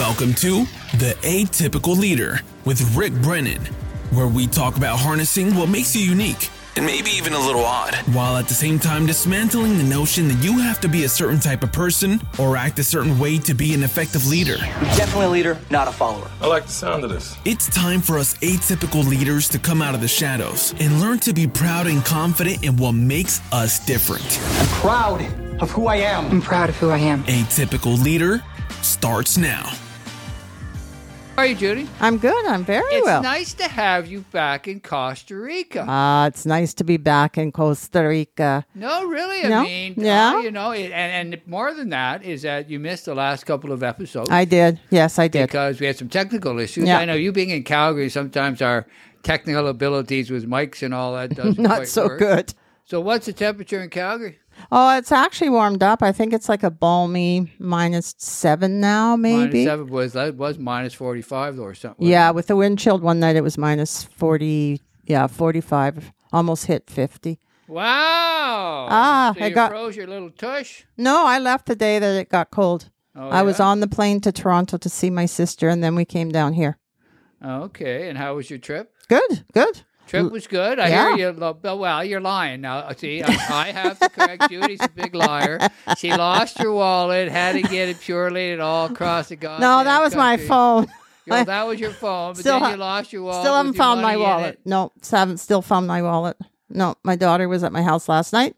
Welcome to The Atypical Leader with Rick Brennan, where we talk about harnessing what makes you unique and maybe even a little odd, while at the same time dismantling the notion that you have to be a certain type of person or act a certain way to be an effective leader. Definitely a leader, not a follower. I like the sound of this. It's time for us atypical leaders to come out of the shadows and learn to be proud and confident in what makes us different. I'm proud of who I am. I'm proud of who I am. Atypical Leader starts now. How are you, Judy? I'm good. I'm very It's well. nice to have you back in Costa Rica. Uh, it's nice to be back in Costa Rica. no, really. I no? mean, Yeah? uh, you know, it, and, and more than that is that you missed the last couple of episodes I did. Yes, I did. because we had some technical issues. Yeah. I know you being in Calgary, sometimes our technical abilities with mics and all that doesn't Not quite so work. good. So, what's the temperature in Calgary? Oh, it's actually warmed up. I think it's like a balmy minus seven now, Minus maybe. seven was that was minus forty five or something. Yeah, with the wind chilled one night, it was minus 40. Yeah, 45. Almost hit 50. Wow. Ah, so I you got- froze your little tush. No, I left the day that it got cold. Oh, I was yeah? on the plane to Toronto to see my sister, and then we came down here. Okay, and how was your trip? Good, good. Trip was good. I hear you. lo- but, Well, you're lying now. Uh, See, I, I have to correct Judy's a big liar. She lost her wallet, had to get it purely and all across the goddamn. No, that was my country. phone. Yo, that was your phone, but Still then ha- you lost your wallet. Still haven't with your found my money in wallet. it. No, s- haven't still found my wallet. No, my daughter was at my house last night.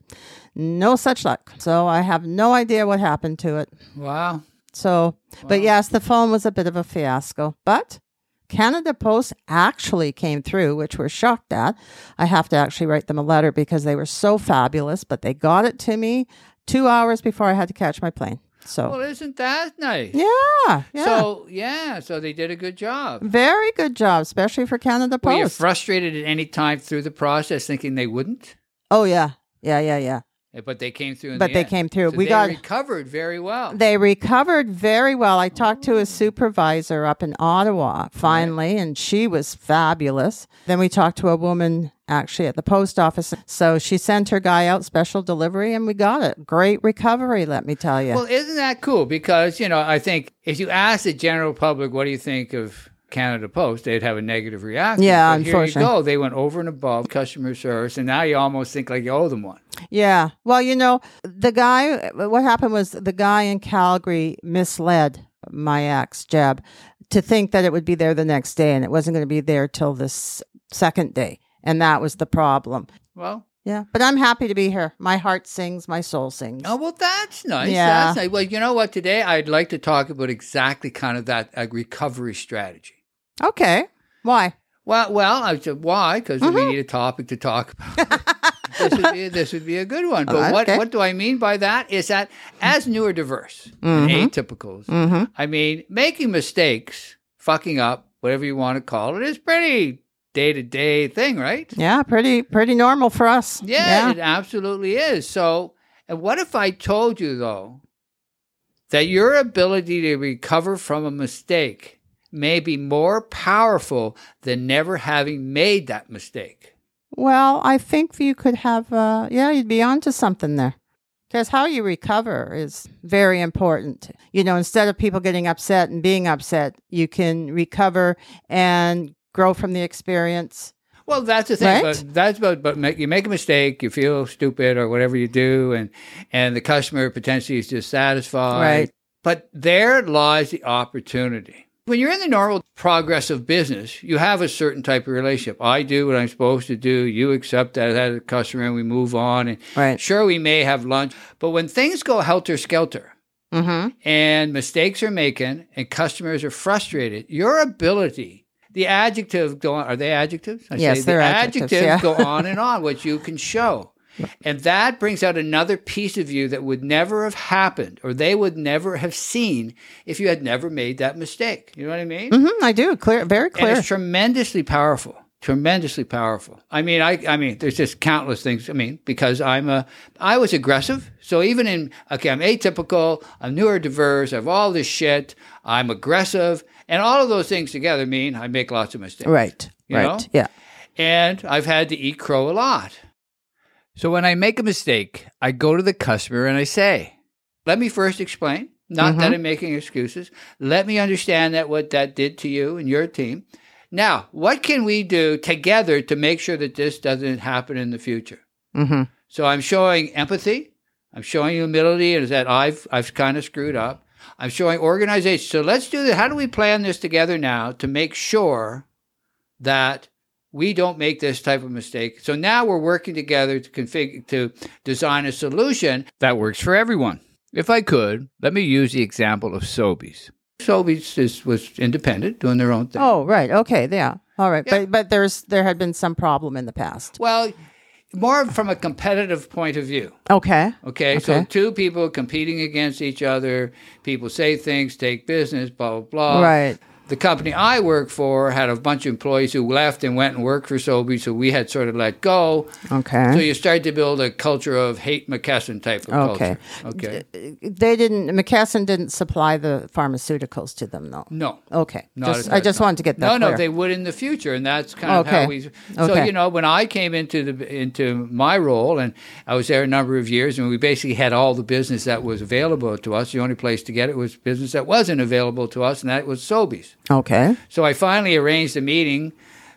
No such luck. So I have no idea what happened to it. Wow. So, but yes, the phone was a bit of a fiasco. But Canada Post actually came through, which we're shocked at. I have to actually write them a letter because they were so fabulous, but they got it to me two hours before I had to catch my plane. Well, So, isn't that nice? yeah. yeah. So yeah, so they did a good job. very good job, especially for Canada Were you Post. frustrated at any time through the process, thinking they wouldn't? oh, yeah. Yeah, yeah, yeah. Eh, But they came through. In But the they end. came through. So We they got- recovered very well. They recovered very well. I talked to a supervisor up in Ottawa finally, and she was fabulous. Then we talked to a woman actually at the post office. So she sent her guy out special delivery, and we got it. Great recovery, let me tell you. Well, isn't that cool? Because, you know, I think if you ask the general public, what do you think of Canada Post, they'd have a negative reaction. Yeah, but here you unfortunately. go. They went over and above customer service, and now you almost think like you owe them one. yeah. Well, you know, the guy, what happened was the guy in Calgary misled my ex, Jeb, to think that it would be there the next day, and it wasn't going to be there till this second day. And that was the problem. Well, Yeah, but I'm happy to be here. My heart sings, my soul sings. oh, well, that's nice. Yeah. That's nice. Well, you know what? Today, I'd like to talk about exactly kind of that uh, recovery strategy. Okay. Why? Well, well, I said why? Because we need a topic to talk about. this, would be, this would be a good one. But what, Okay. what do I mean by that is that as neurodiverse, and atypicals, I mean, making mistakes, fucking up, whatever you want to call it, is pretty day to day thing, right? Yeah, pretty pretty normal for us. Yeah, it absolutely is. So, and what if I told you though that your ability to recover from a mistake may be more powerful than never having made that mistake? Well, I think you could have uh yeah, you'd be onto something there. Cuz how you recover is very important. You know, instead of people getting upset and being upset, you can recover and grow from the experience. Well, that's the thing. Right? But that's about. But make, you make a mistake, you feel stupid or whatever you do, and and the customer potentially is dissatisfied. Right. But there lies the opportunity. When you're in the normal progress of business, you have a certain type of relationship. I do what I'm supposed to do. You accept that as a customer, and we move on. And Right. sure, we may have lunch, but when things go helter skelter, Mhm. and mistakes are making and customers are frustrated, your ability, the adjective go on, are they adjectives? I Yes, the they're adjectives, yeah. go on and on, which you can show. And that brings out another piece of you that would never have happened or they would never have seen if you had never made that mistake. You know what I mean? Mhm, I do. Clear very And clear. it's tremendously powerful. Tremendously powerful. I mean, I, I mean, there's just countless things. I mean, because I'm a, I was aggressive. So even in, okay, I'm atypical, I'm neurodiverse, I have all this shit, I'm aggressive, and all of those things together mean I make lots of mistakes. Right. You right. know? Yeah. And I've had to eat crow a lot. So when I make a mistake, I go to the customer and I say, let me first explain. Not Mm-hmm. that I'm making excuses. Let me understand that what that did to you and your team. Now, what can we do together to make sure that this doesn't happen in the future? So I'm showing empathy. I'm showing humility, and that I've I've kind of screwed up. I'm showing organization. So let's do this. How do we plan this together now to make sure that we don't make this type of mistake? So now we're working together to config to design a solution that works for everyone. If I could, let me use the example of Sobeys. Sobeys is, was independent, doing their own thing. Oh, right. Okay. Yeah. All right. Yeah. But but there's there had been some problem in the past. Well, more from a competitive point of view. Okay. Okay, so Okay. two people competing against each other. People say things, take business, blah blah blah. Right. The company I work for had a bunch of employees who left and went and worked for Sobe, so we had sort of let go. Okay. So you start to build a culture of hate McKesson type of Okay. uh, culture. Okay. they didn't. McKesson didn't supply the pharmaceuticals to them, though. No. Okay. Not Just, at I that just time. wanted to get that. No, no, clear. they would in the future, and that's kind of Okay. how we. So Okay. you know, when I came into the into my role, and I was there a number of years, and we basically had all the business that was available to us. The only place to get it was business that wasn't available to us, and that was Sobeys. Okay. So I finally arranged a meeting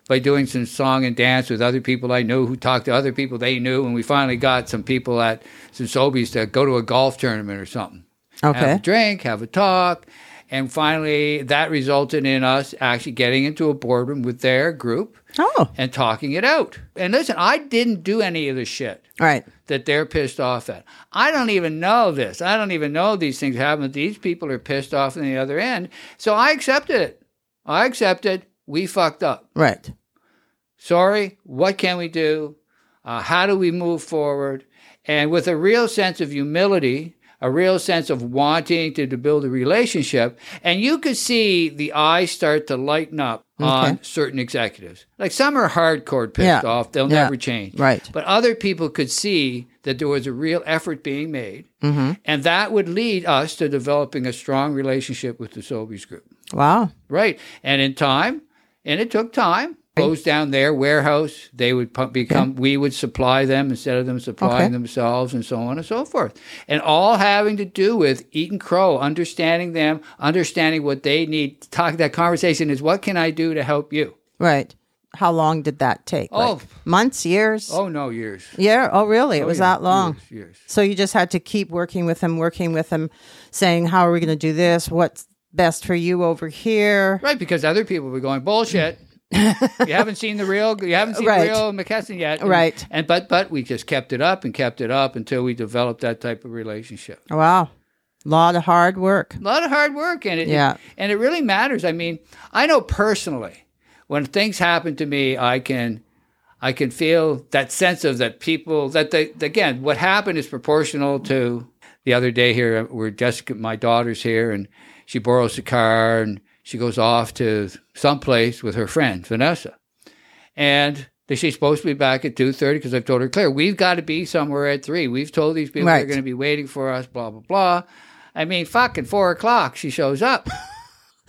by doing some song and dance with other people I knew who talked to other people they knew, and we finally got some people at some Sobeys to go to a golf tournament or something. Okay. Have a drink, have a talk. And finally, that resulted in us actually getting into a boardroom with their group Oh. and talking it out. And listen, I didn't do any of the shit All right. that they're pissed off at. I don't even know this. I don't even know these things happen. These people are pissed off on the other end. So I accepted it. I accepted we fucked up. Right. Sorry. What can we do? Uh, how do we move forward? And with a real sense of humility, a real sense of wanting to, to build a relationship. And you could see the eyes start to lighten up on certain executives. Like some are hardcore pissed Yeah. off, they'll Yeah. never change. Right. But other people could see that there was a real effort being made. Mm-hmm. And that would lead us to developing a strong relationship with the Sobeys group. Wow. Right. And in time, and it took time, goes down their warehouse. They would pu- become, we would supply them instead of them supplying Okay. themselves and so on and so forth. And all having to do with Eaton Crow, understanding them, understanding what they need. Talk, that conversation is what can I do to help you? Right. How long did that take? Oh. Like months, years. Oh, no, years. Yeah. Oh, really? It was yeah, that long. years, years. So you just had to keep working with him, working with him, saying, "How are we going to do this? What's best for you over here?" Right. Because other people were going, bullshit. you haven't seen the real, you haven't seen Right. the real McKesson yet. And- Right. And, but, but we just kept it up and kept it up until we developed that type of relationship. Wow. A lot of hard work. a lot of hard work and it Yeah. and it really matters i mean i know personally when things happen to me i can i can feel that sense of that people that they again what happened is proportional to the other day here where jessica my daughter's here and she borrows a car and she goes off to someplace with her friend vanessa and that she's supposed to be back at 2.30 because i've told her claire we've got to be somewhere at 3 we've told these people Right. they're going to be waiting for us blah blah blah i mean fucking 4 o'clock she shows up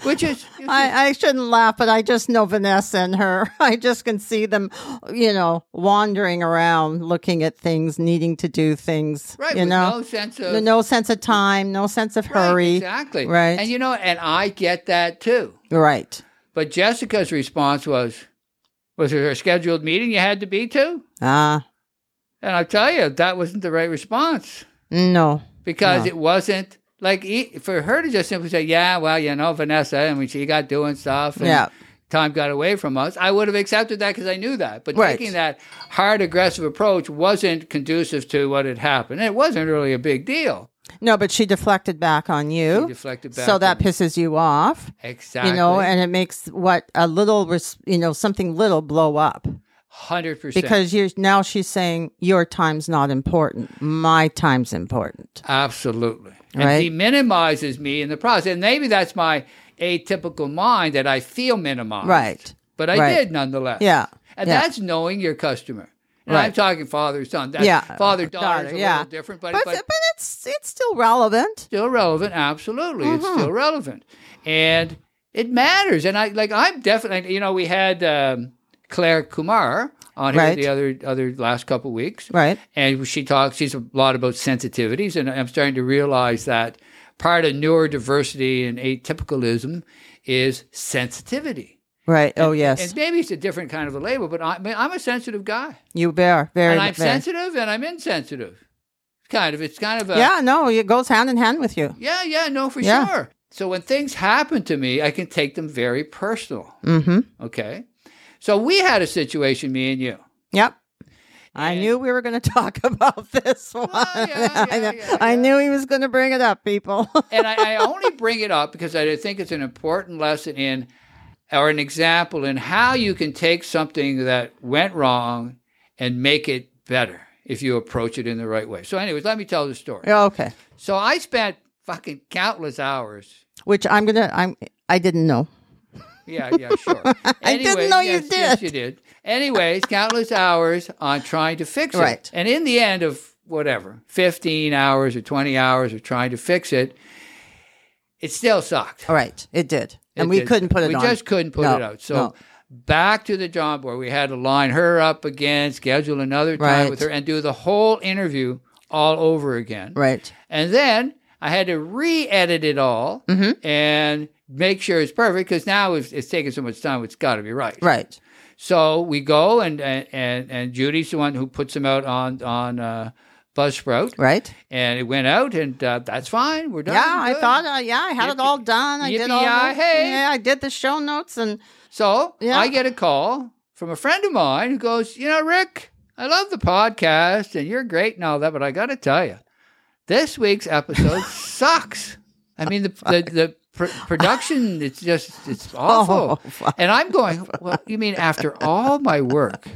which is I, I shouldn't laugh, but I just know Vanessa and her. I just can see them, you know, wandering around, looking at things, needing to do things. right You with know, no sense of no, no sense of time, no sense of Right, hurry. exactly Right. and you know and i get that too right. but jessica's response was was there a scheduled meeting you had to be to Ah, and i tell you that wasn't the right response no. because it wasn't like e- for her to just simply say, "Yeah, well, you know, Vanessa, and when she got doing stuff, and Yeah. time got away from us." I would have accepted that because I knew that. But Right. taking that hard, aggressive approach wasn't conducive to what had happened. It wasn't really a big deal. No, but she deflected back on you. She deflected back So that on me. pisses you off. Exactly, You know, and it makes what a little, res- you know, something little blow up hundred percent because you're now she's saying your time's not important, my time's important. Absolutely. And Right. he minimizes me in the process. And maybe that's my atypical mind that I feel minimized. Right. But I Right. did nonetheless. Yeah. And Yeah. that's knowing your customer. And I'm Right. talking father son. That's yeah, Father daughter is a little different, but, but, but but it's it's still relevant. still relevant. Absolutely, it's Mm-hmm. still relevant, and it matters. And I like I'm definitely you know we had um, Claire Kumar on here Right. the other other last couple weeks, Right. And she talks. She's a lot about sensitivities, and I'm starting to realize that part of neurodiversity and atypicalism is sensitivity. Right. oh, yes. And maybe it's a different kind of a label, but I, I mean, I'm a sensitive guy. you bear very and I'm very- sensitive and I'm insensitive. Kind of. It's kind of a. Yeah, no, it goes hand in hand with you. Yeah, yeah, no, for Yeah. sure. So when things happen to me, I can take them very personal. Mm-hmm. Okay. So we had a situation, me and you. Yep. I knew we were going to talk about this one. Oh, yeah, I, yeah, kn- yeah, I yeah. knew he was going to bring it up, people. And I, I only bring it up because I think it's an important lesson in or an example in how you can take something that went wrong and make it better if you approach it in the right way. So, anyways, let me tell the story. Yeah, okay. So I spent fucking countless hours. Which I'm going to, I'm, I didn't know. Yeah, yeah, sure. I didn't know you yes, Yes, did. you did. Anyways, countless hours on trying to fix it. Right. And in the end of whatever, 15 hours or 20 hours of trying to fix it, it still sucked. All right. It did. and It we did- couldn't put it we on. just couldn't put No, it out. So no. back to the drawing board. We had to line her up again, schedule another time Right. with her, and do the whole interview all over again. Right. And then I had to re edit it all Mm-hmm. and make sure it's perfect because now it's, it's taking so much time, it's got to be right. Right. So we go, and, and, and, and Judy's the one who puts them out on, on uh, Buzzsprout. Right. And it went out, and uh, that's fine. We're done. Yeah, I Good. thought, uh, yeah, I had it all done. I did all the- Yippee-yi-hey. Yeah, I did the show notes and So Yeah. I get a call from a friend of mine who goes, You know, Rick, I love the podcast and you're great and all that, but I got to tell you, this week's episode sucks. I mean, the, the, the pr- production, it's just, it's Oh, awful. and I'm going, Well, you mean after all my work,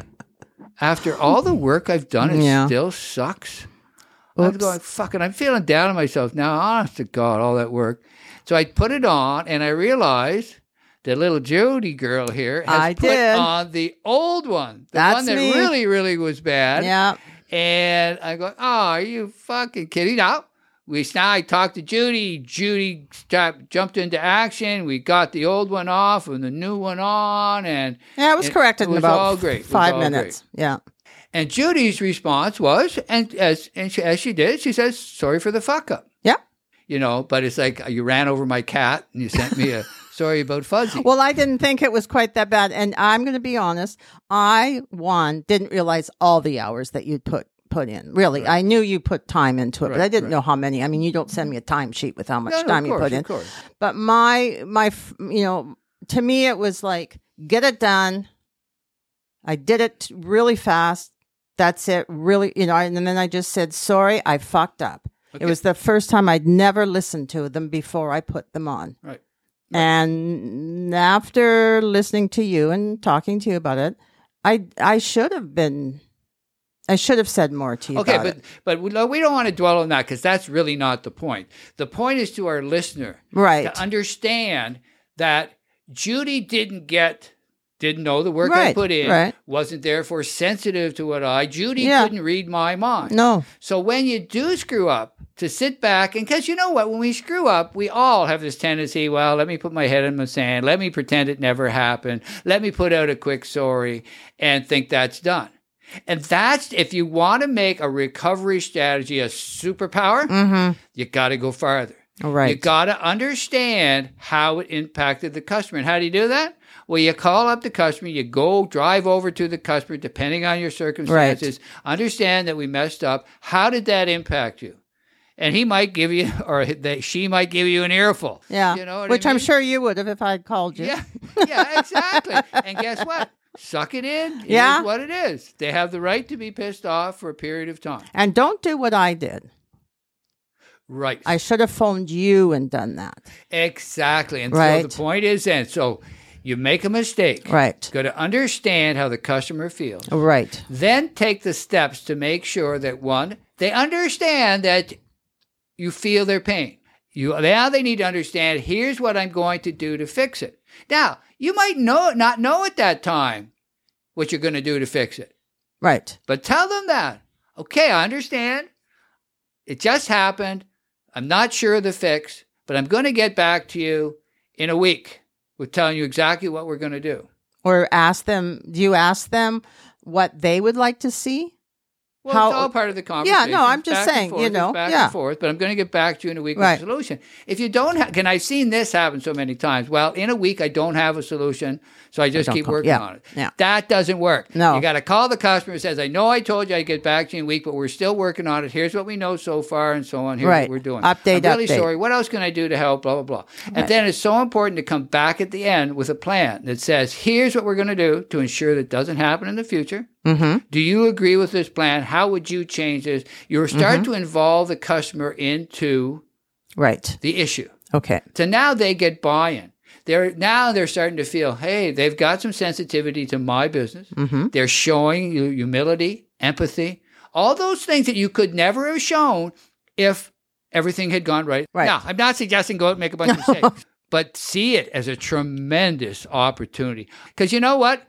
after all the work I've done, it Yeah. still sucks? I'm going, fucking, I'm feeling down on myself now, honest to God, all that work. So I put it on and I realized that little Jody girl here has I put did. on the old one. The That's one that me. really, really was bad. yeah, And I go, oh, are you fucking kidding? Now, we now I talked to Judy. Judy stopped, jumped into action. We got the old one off and the new one on. And yeah, it was corrected in was about all great. It was five all great. minutes. Yeah, And Judy's response was, and as and she, as she did, she says, "Sorry for the fuck up." yeah. You know, but it's like uh, you ran over my cat and you sent me a sorry about fuzzy. Well, I didn't think it was quite that bad, and I'm going to be honest. I one didn't realize all the hours that you put put in. Really, I knew you put time into it, but I didn't know how many. I mean, you don't send me a timesheet with how much No, no, time of course, you put of in. course. But my my f- you know, to me it was like get it done. I did it really fast. That's it. Really, you know, and then I just said, sorry, I fucked up. It was the first time I'd never listened to them before I put them on. right. And after listening to you and talking to you about it, I I should have been, I should have said more to you. Okay, about but it. but we, no, we don't want to dwell on that because that's really not the point. The point is to our listener Right. to understand that Judy didn't get didn't know the work I Right, put in right. wasn't therefore sensitive to what I Judy Yeah. couldn't read my mind. no, So when you do screw up, to sit back and because you know what, when we screw up, we all have this tendency. Well, let me put my head in the sand. Let me pretend it never happened. Let me put out a quick sorry and think that's done. And that's if you want to make a recovery strategy a superpower, you got to go farther. Right. You got to understand how it impacted the customer. And how do you do that? Well, you call up the customer, you go drive over to the customer, depending on your circumstances. Understand that we messed up. How did that impact you? And he might give you, or they, she might give you an earful. yeah, You know what I which am mean? sure you would have if I had called you. Yeah, yeah, exactly. and guess what? Suck it in. It is Yeah. what it is. They have the right to be pissed off for a period of time. And don't do what I did. Right. I should have phoned you and done that. Exactly. And so Right. the point is then, so you make a mistake. Right. Got to understand how the customer feels. Right. Then take the steps to make sure that one, they understand that you feel their pain. You now they need to understand here's what I'm going to do to fix it. Now, you might know not know at that time what you're going to do to fix it. Right. But tell them that. Okay, I understand. It just happened. I'm not sure of the fix, but I'm going to get back to you in a week with telling you exactly what we're going to do. Or ask them, do you ask them what they would like to see? Well, How- it's all part of the conversation. Yeah, no, I'm It's just back and saying, you forth, it's know, back yeah. and forth. But I'm going to get back to you in a week Right. with a solution. If you don't, ha- can I seen this happen so many times? Well, in a week I don't have a solution, so I just don't keep call- working yeah, on it. yeah. That doesn't work. No. you got to call the customer. who Says, I know I told you I would get back to you in a week, but we're still working on it. Here's what we know so far, and so on. Here's Right. what we're doing. Update, I'm really update. sorry. What else can I do to help? Blah blah blah. And then it's so important to come back at the end with a plan that says, here's what we're going to do to ensure that doesn't happen in the future. Mm-hmm. Do you agree with this plan? How would you change this? You're starting Mm-hmm. to involve the customer into Right. the issue. Okay. So now they get buy-in. They're now they're starting to feel, hey, they've got some sensitivity to my business. They're showing you humility, empathy, all those things that you could never have shown if everything had gone right. Right. Now, I'm not suggesting go out and make a bunch of mistakes, but see it as a tremendous opportunity. Because you know what?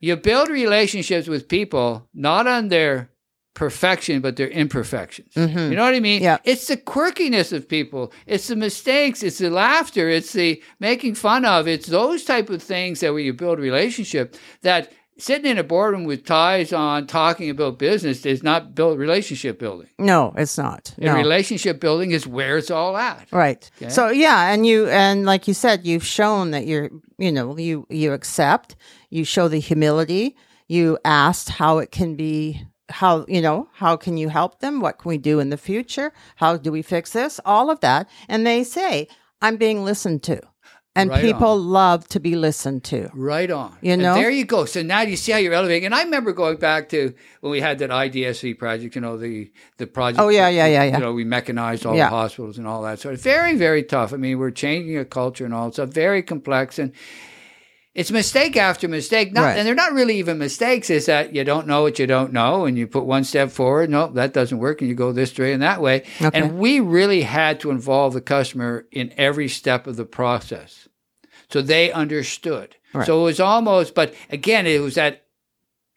You build relationships with people not on their perfection, but their imperfections. You know what I mean? Mm-hmm. Yeah. It's the quirkiness of people. It's the mistakes. It's the laughter. It's the making fun of. It's those type of things that where you build relationship that sitting in a boardroom with ties on talking about business is not build relationship building. No, it's not. And No. relationship building is where it's all at. Right. So yeah, and you and like you said, you've shown that you're you know you you accept, you show the humility, you asked how it can be how you know how can you help them what can we do in the future how do we fix this all of that and they say i'm being listened to and Right people love to be listened to Right on. You And know? there you go. So now you see how you're elevating. And I remember going back to when we had that IDSC project, you know, the, the project. Oh, yeah, yeah, yeah, yeah. You know, we mechanized all Yeah. the hospitals and all that sort of very, very tough. I mean, we're changing a culture and all. It's very complex. And it's mistake after mistake. Not, Right. And they're not really even mistakes. Is that you don't know what you don't know, and you put one step forward. Nope, that doesn't work, and you go this way and that way. And we really had to involve the customer in every step of the process, so they understood. So it was almost, but again, it was that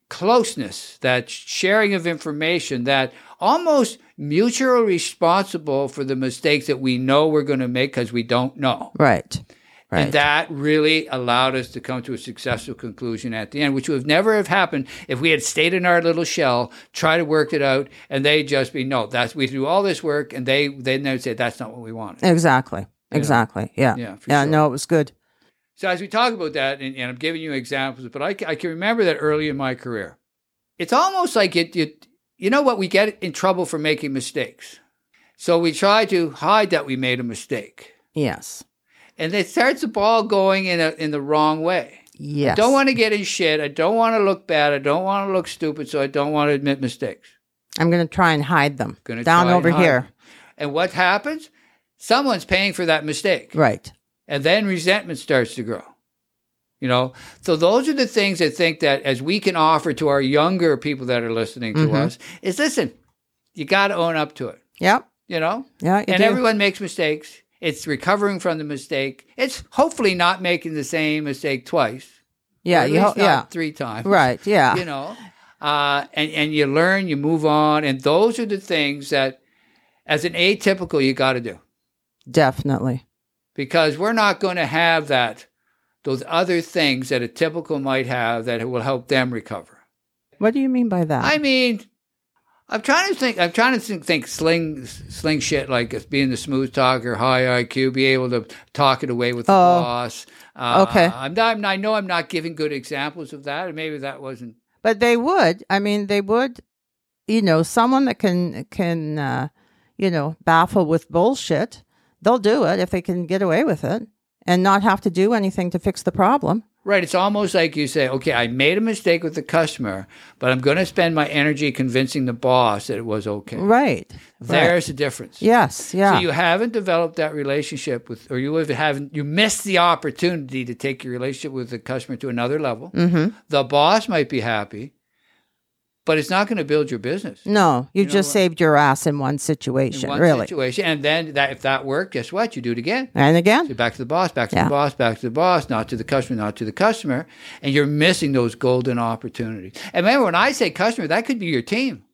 closeness, that sharing of information, that almost mutual responsible for the mistakes that we know we're going to make because we don't know. right right And that really allowed us to come to a successful conclusion at the end, which would never have happened if we had stayed in our little shell, tried to work it out, and they just be no. That's we do all this work, and they then they would say that's not what we wanted. exactly exactly yeah Yeah, for yeah sure. no it was good So as we talk about that, and, and I'm giving you examples, but I, ca- I can remember that early in my career. It's almost like it, it, you know what, we get in trouble for making mistakes. So we try to hide that we made a mistake. yes And it starts the ball going in, a, in the wrong way. yes Don't want to get in shit. I don't want to look bad. I don't want to look stupid. So I don't want to admit mistakes. i'm gonna try and hide them Gonna down try and over hide here them. And what happens? Someone's paying for that mistake. right and then resentment starts to grow you know so those are the things i think that as we can offer to our younger people that are listening Mm-hmm. to us is listen you got to own up to it yep you know yeah you and do. everyone makes mistakes it's recovering from the mistake it's hopefully not making the same mistake twice yeah or at you least ho- not yeah three times Right. Yeah. you know uh, and and you learn you move on and those are the things that as an atypical you got to do Definitely. because we're not going to have that those other things that a typical might have that will help them recover. What do you mean by that? I mean, I'm trying to think. I'm trying to think, think sling sling shit like it's being the smooth talker, high IQ, be able to talk it away with the Oh. boss. Uh, Okay. I'm not, I'm not- I know I'm not giving good examples of that, and maybe that wasn't but they would. I mean, they would. You know, someone that can can uh, you know baffle with bullshit, they'll do it if they can get away with it and not have to do anything to fix the problem. Right. It's almost like you say, okay, I made a mistake with the customer, but I'm going to spend my energy convincing the boss that it was okay. Right. Right. There's the difference. Yes. Yeah. So you haven't developed that relationship with, or you have- haven't, you missed the opportunity to take your relationship with the customer to another level. Mm-hmm. The boss might be happy, but it's not going to build your business. no, you, just saved your ass in one situation, In one really. situation, and then that if that worked, guess what? You do it again. And again, So back to the boss, back to Yeah. the boss, back to the boss, not to the customer, not to the customer, and you're missing those golden opportunities. And remember, when I say customer, that could be your team.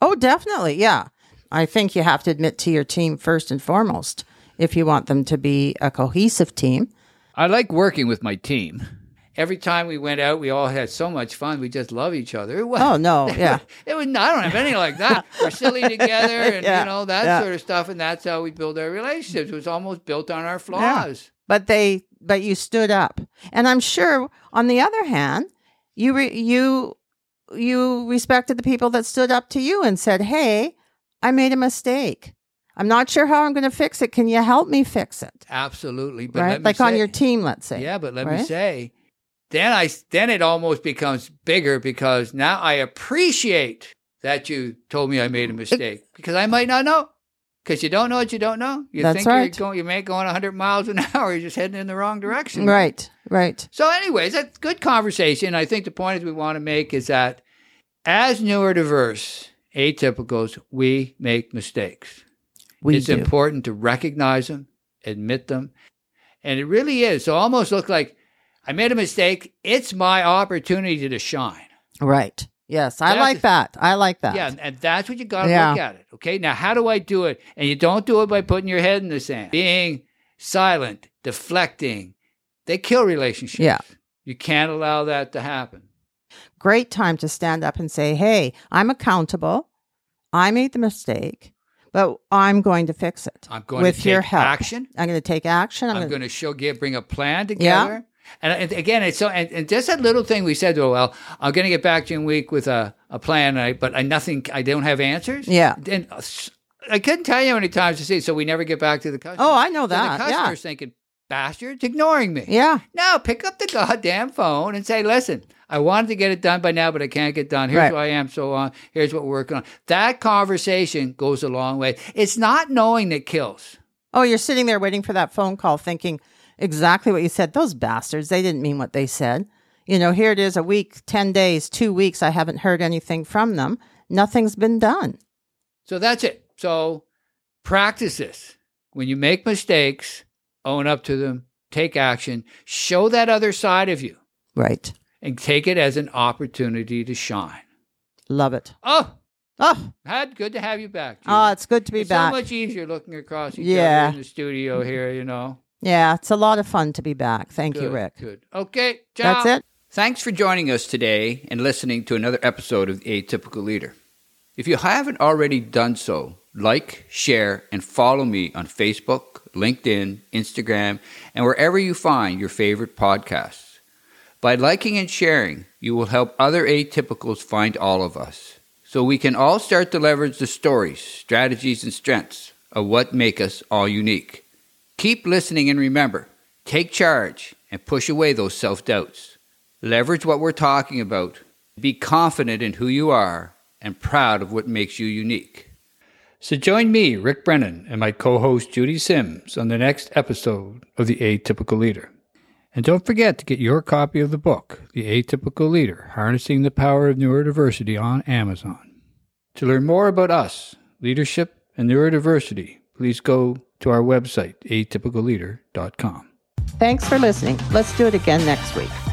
oh, definitely. Yeah. I think you have to admit to your team first and foremost if you want them to be a cohesive team. I like working with my team. Every time we went out, we all had so much fun. We just love each other. It was, Oh, no. Yeah. it was. I don't have anything like that. We're silly together, and Yeah, you know that yeah. sort of stuff. And that's how we build our relationships. It was almost built on our Yeah. flaws. But they, but you stood up, and I'm sure. On the other hand, you re, you you respected the people that stood up to you and said, "Hey, I made a mistake. I'm not sure how I'm going to fix it. Can you help me fix it?" Absolutely, but let right, me like on say- your team, let's say. Yeah, but let me right? say, then I then it almost becomes bigger because now I appreciate that you told me I made a mistake because I might not know. Because you don't know what you don't know. You That's think right. you're going, you may going 100 miles an hour. You're just heading in the wrong direction. Right, right. So, anyways, that's good conversation. I think the point is we want to make is that as neurodiverse atypicals, we make mistakes We it's do. important to recognize them, admit them. And it really is. So almost look like I made a mistake. It's my opportunity to shine. Right. Yes, I That's- like that. I like that. Yeah, and that's what you got to Yeah. look at it. Okay, now how do I do it? And you don't do it by putting your head in the sand, being silent, deflecting. They kill relationships. Yeah. you can't allow that to happen. Great time to stand up and say, "Hey, I'm accountable. I made the mistake, but I'm going to fix it. I'm going with to take your help. action. I'm going to take action. I'm, I'm going going to to show, give, bring a plan together. And, and again, it's so, and, and just that little thing we said, well, well I'm going to get back to you in a week with a, a plan, I, but I nothing, I don't have answers. Yeah. And uh, s- I couldn't tell you how many times to see, so we never get back to the customer. Oh, I know that, So yeah. the customer's thinking, bastard, it's ignoring me. Yeah. No, pick up the goddamn phone and say, listen, I wanted to get it done by now, but I can't get done. Here's Right. who I am, so on. Here's what we're working on. That conversation goes a long way. It's not knowing that kills. Oh, you're sitting there waiting for that phone call thinking exactly what you said. Those bastards, they didn't mean what they said. You know, here it is a week, 10 days, two weeks. I haven't heard anything from them. Nothing's been done. So that's it. So practice this. When you make mistakes, own up to them, take action, show that other side of you, Right. and take it as an opportunity to shine. Love it. Oh, Oh, had good to have you back. Judy. oh it's good to be It's back. so much easier looking across each Yeah. other in the studio here, you know. yeah, it's a lot of fun to be back. Thank you, Good, Rick. Good. Okay. That's ciao. it. Thanks for joining us today and listening to another episode of The Atypical Leader. If you haven't already done so, like, share, and follow me on Facebook, LinkedIn, Instagram, and wherever you find your favorite podcasts. By liking and sharing, you will help other atypicals find all of us so we can all start to leverage the stories, strategies, and strengths of what make us all unique. Keep listening and remember take charge and push away those self doubts. Leverage what we're talking about. Be confident in who you are and proud of what makes you unique. So join me, Rick Brennan, and my co host Judy Sims on the next episode of The Atypical Leader. And don't forget to get your copy of the book, The Atypical Leader Harnessing the Power of Neurodiversity, on Amazon. To learn more about us, leadership, and neurodiversity, please go to our website, atypicalleader.com. Thanks for listening. Let's do it again next week.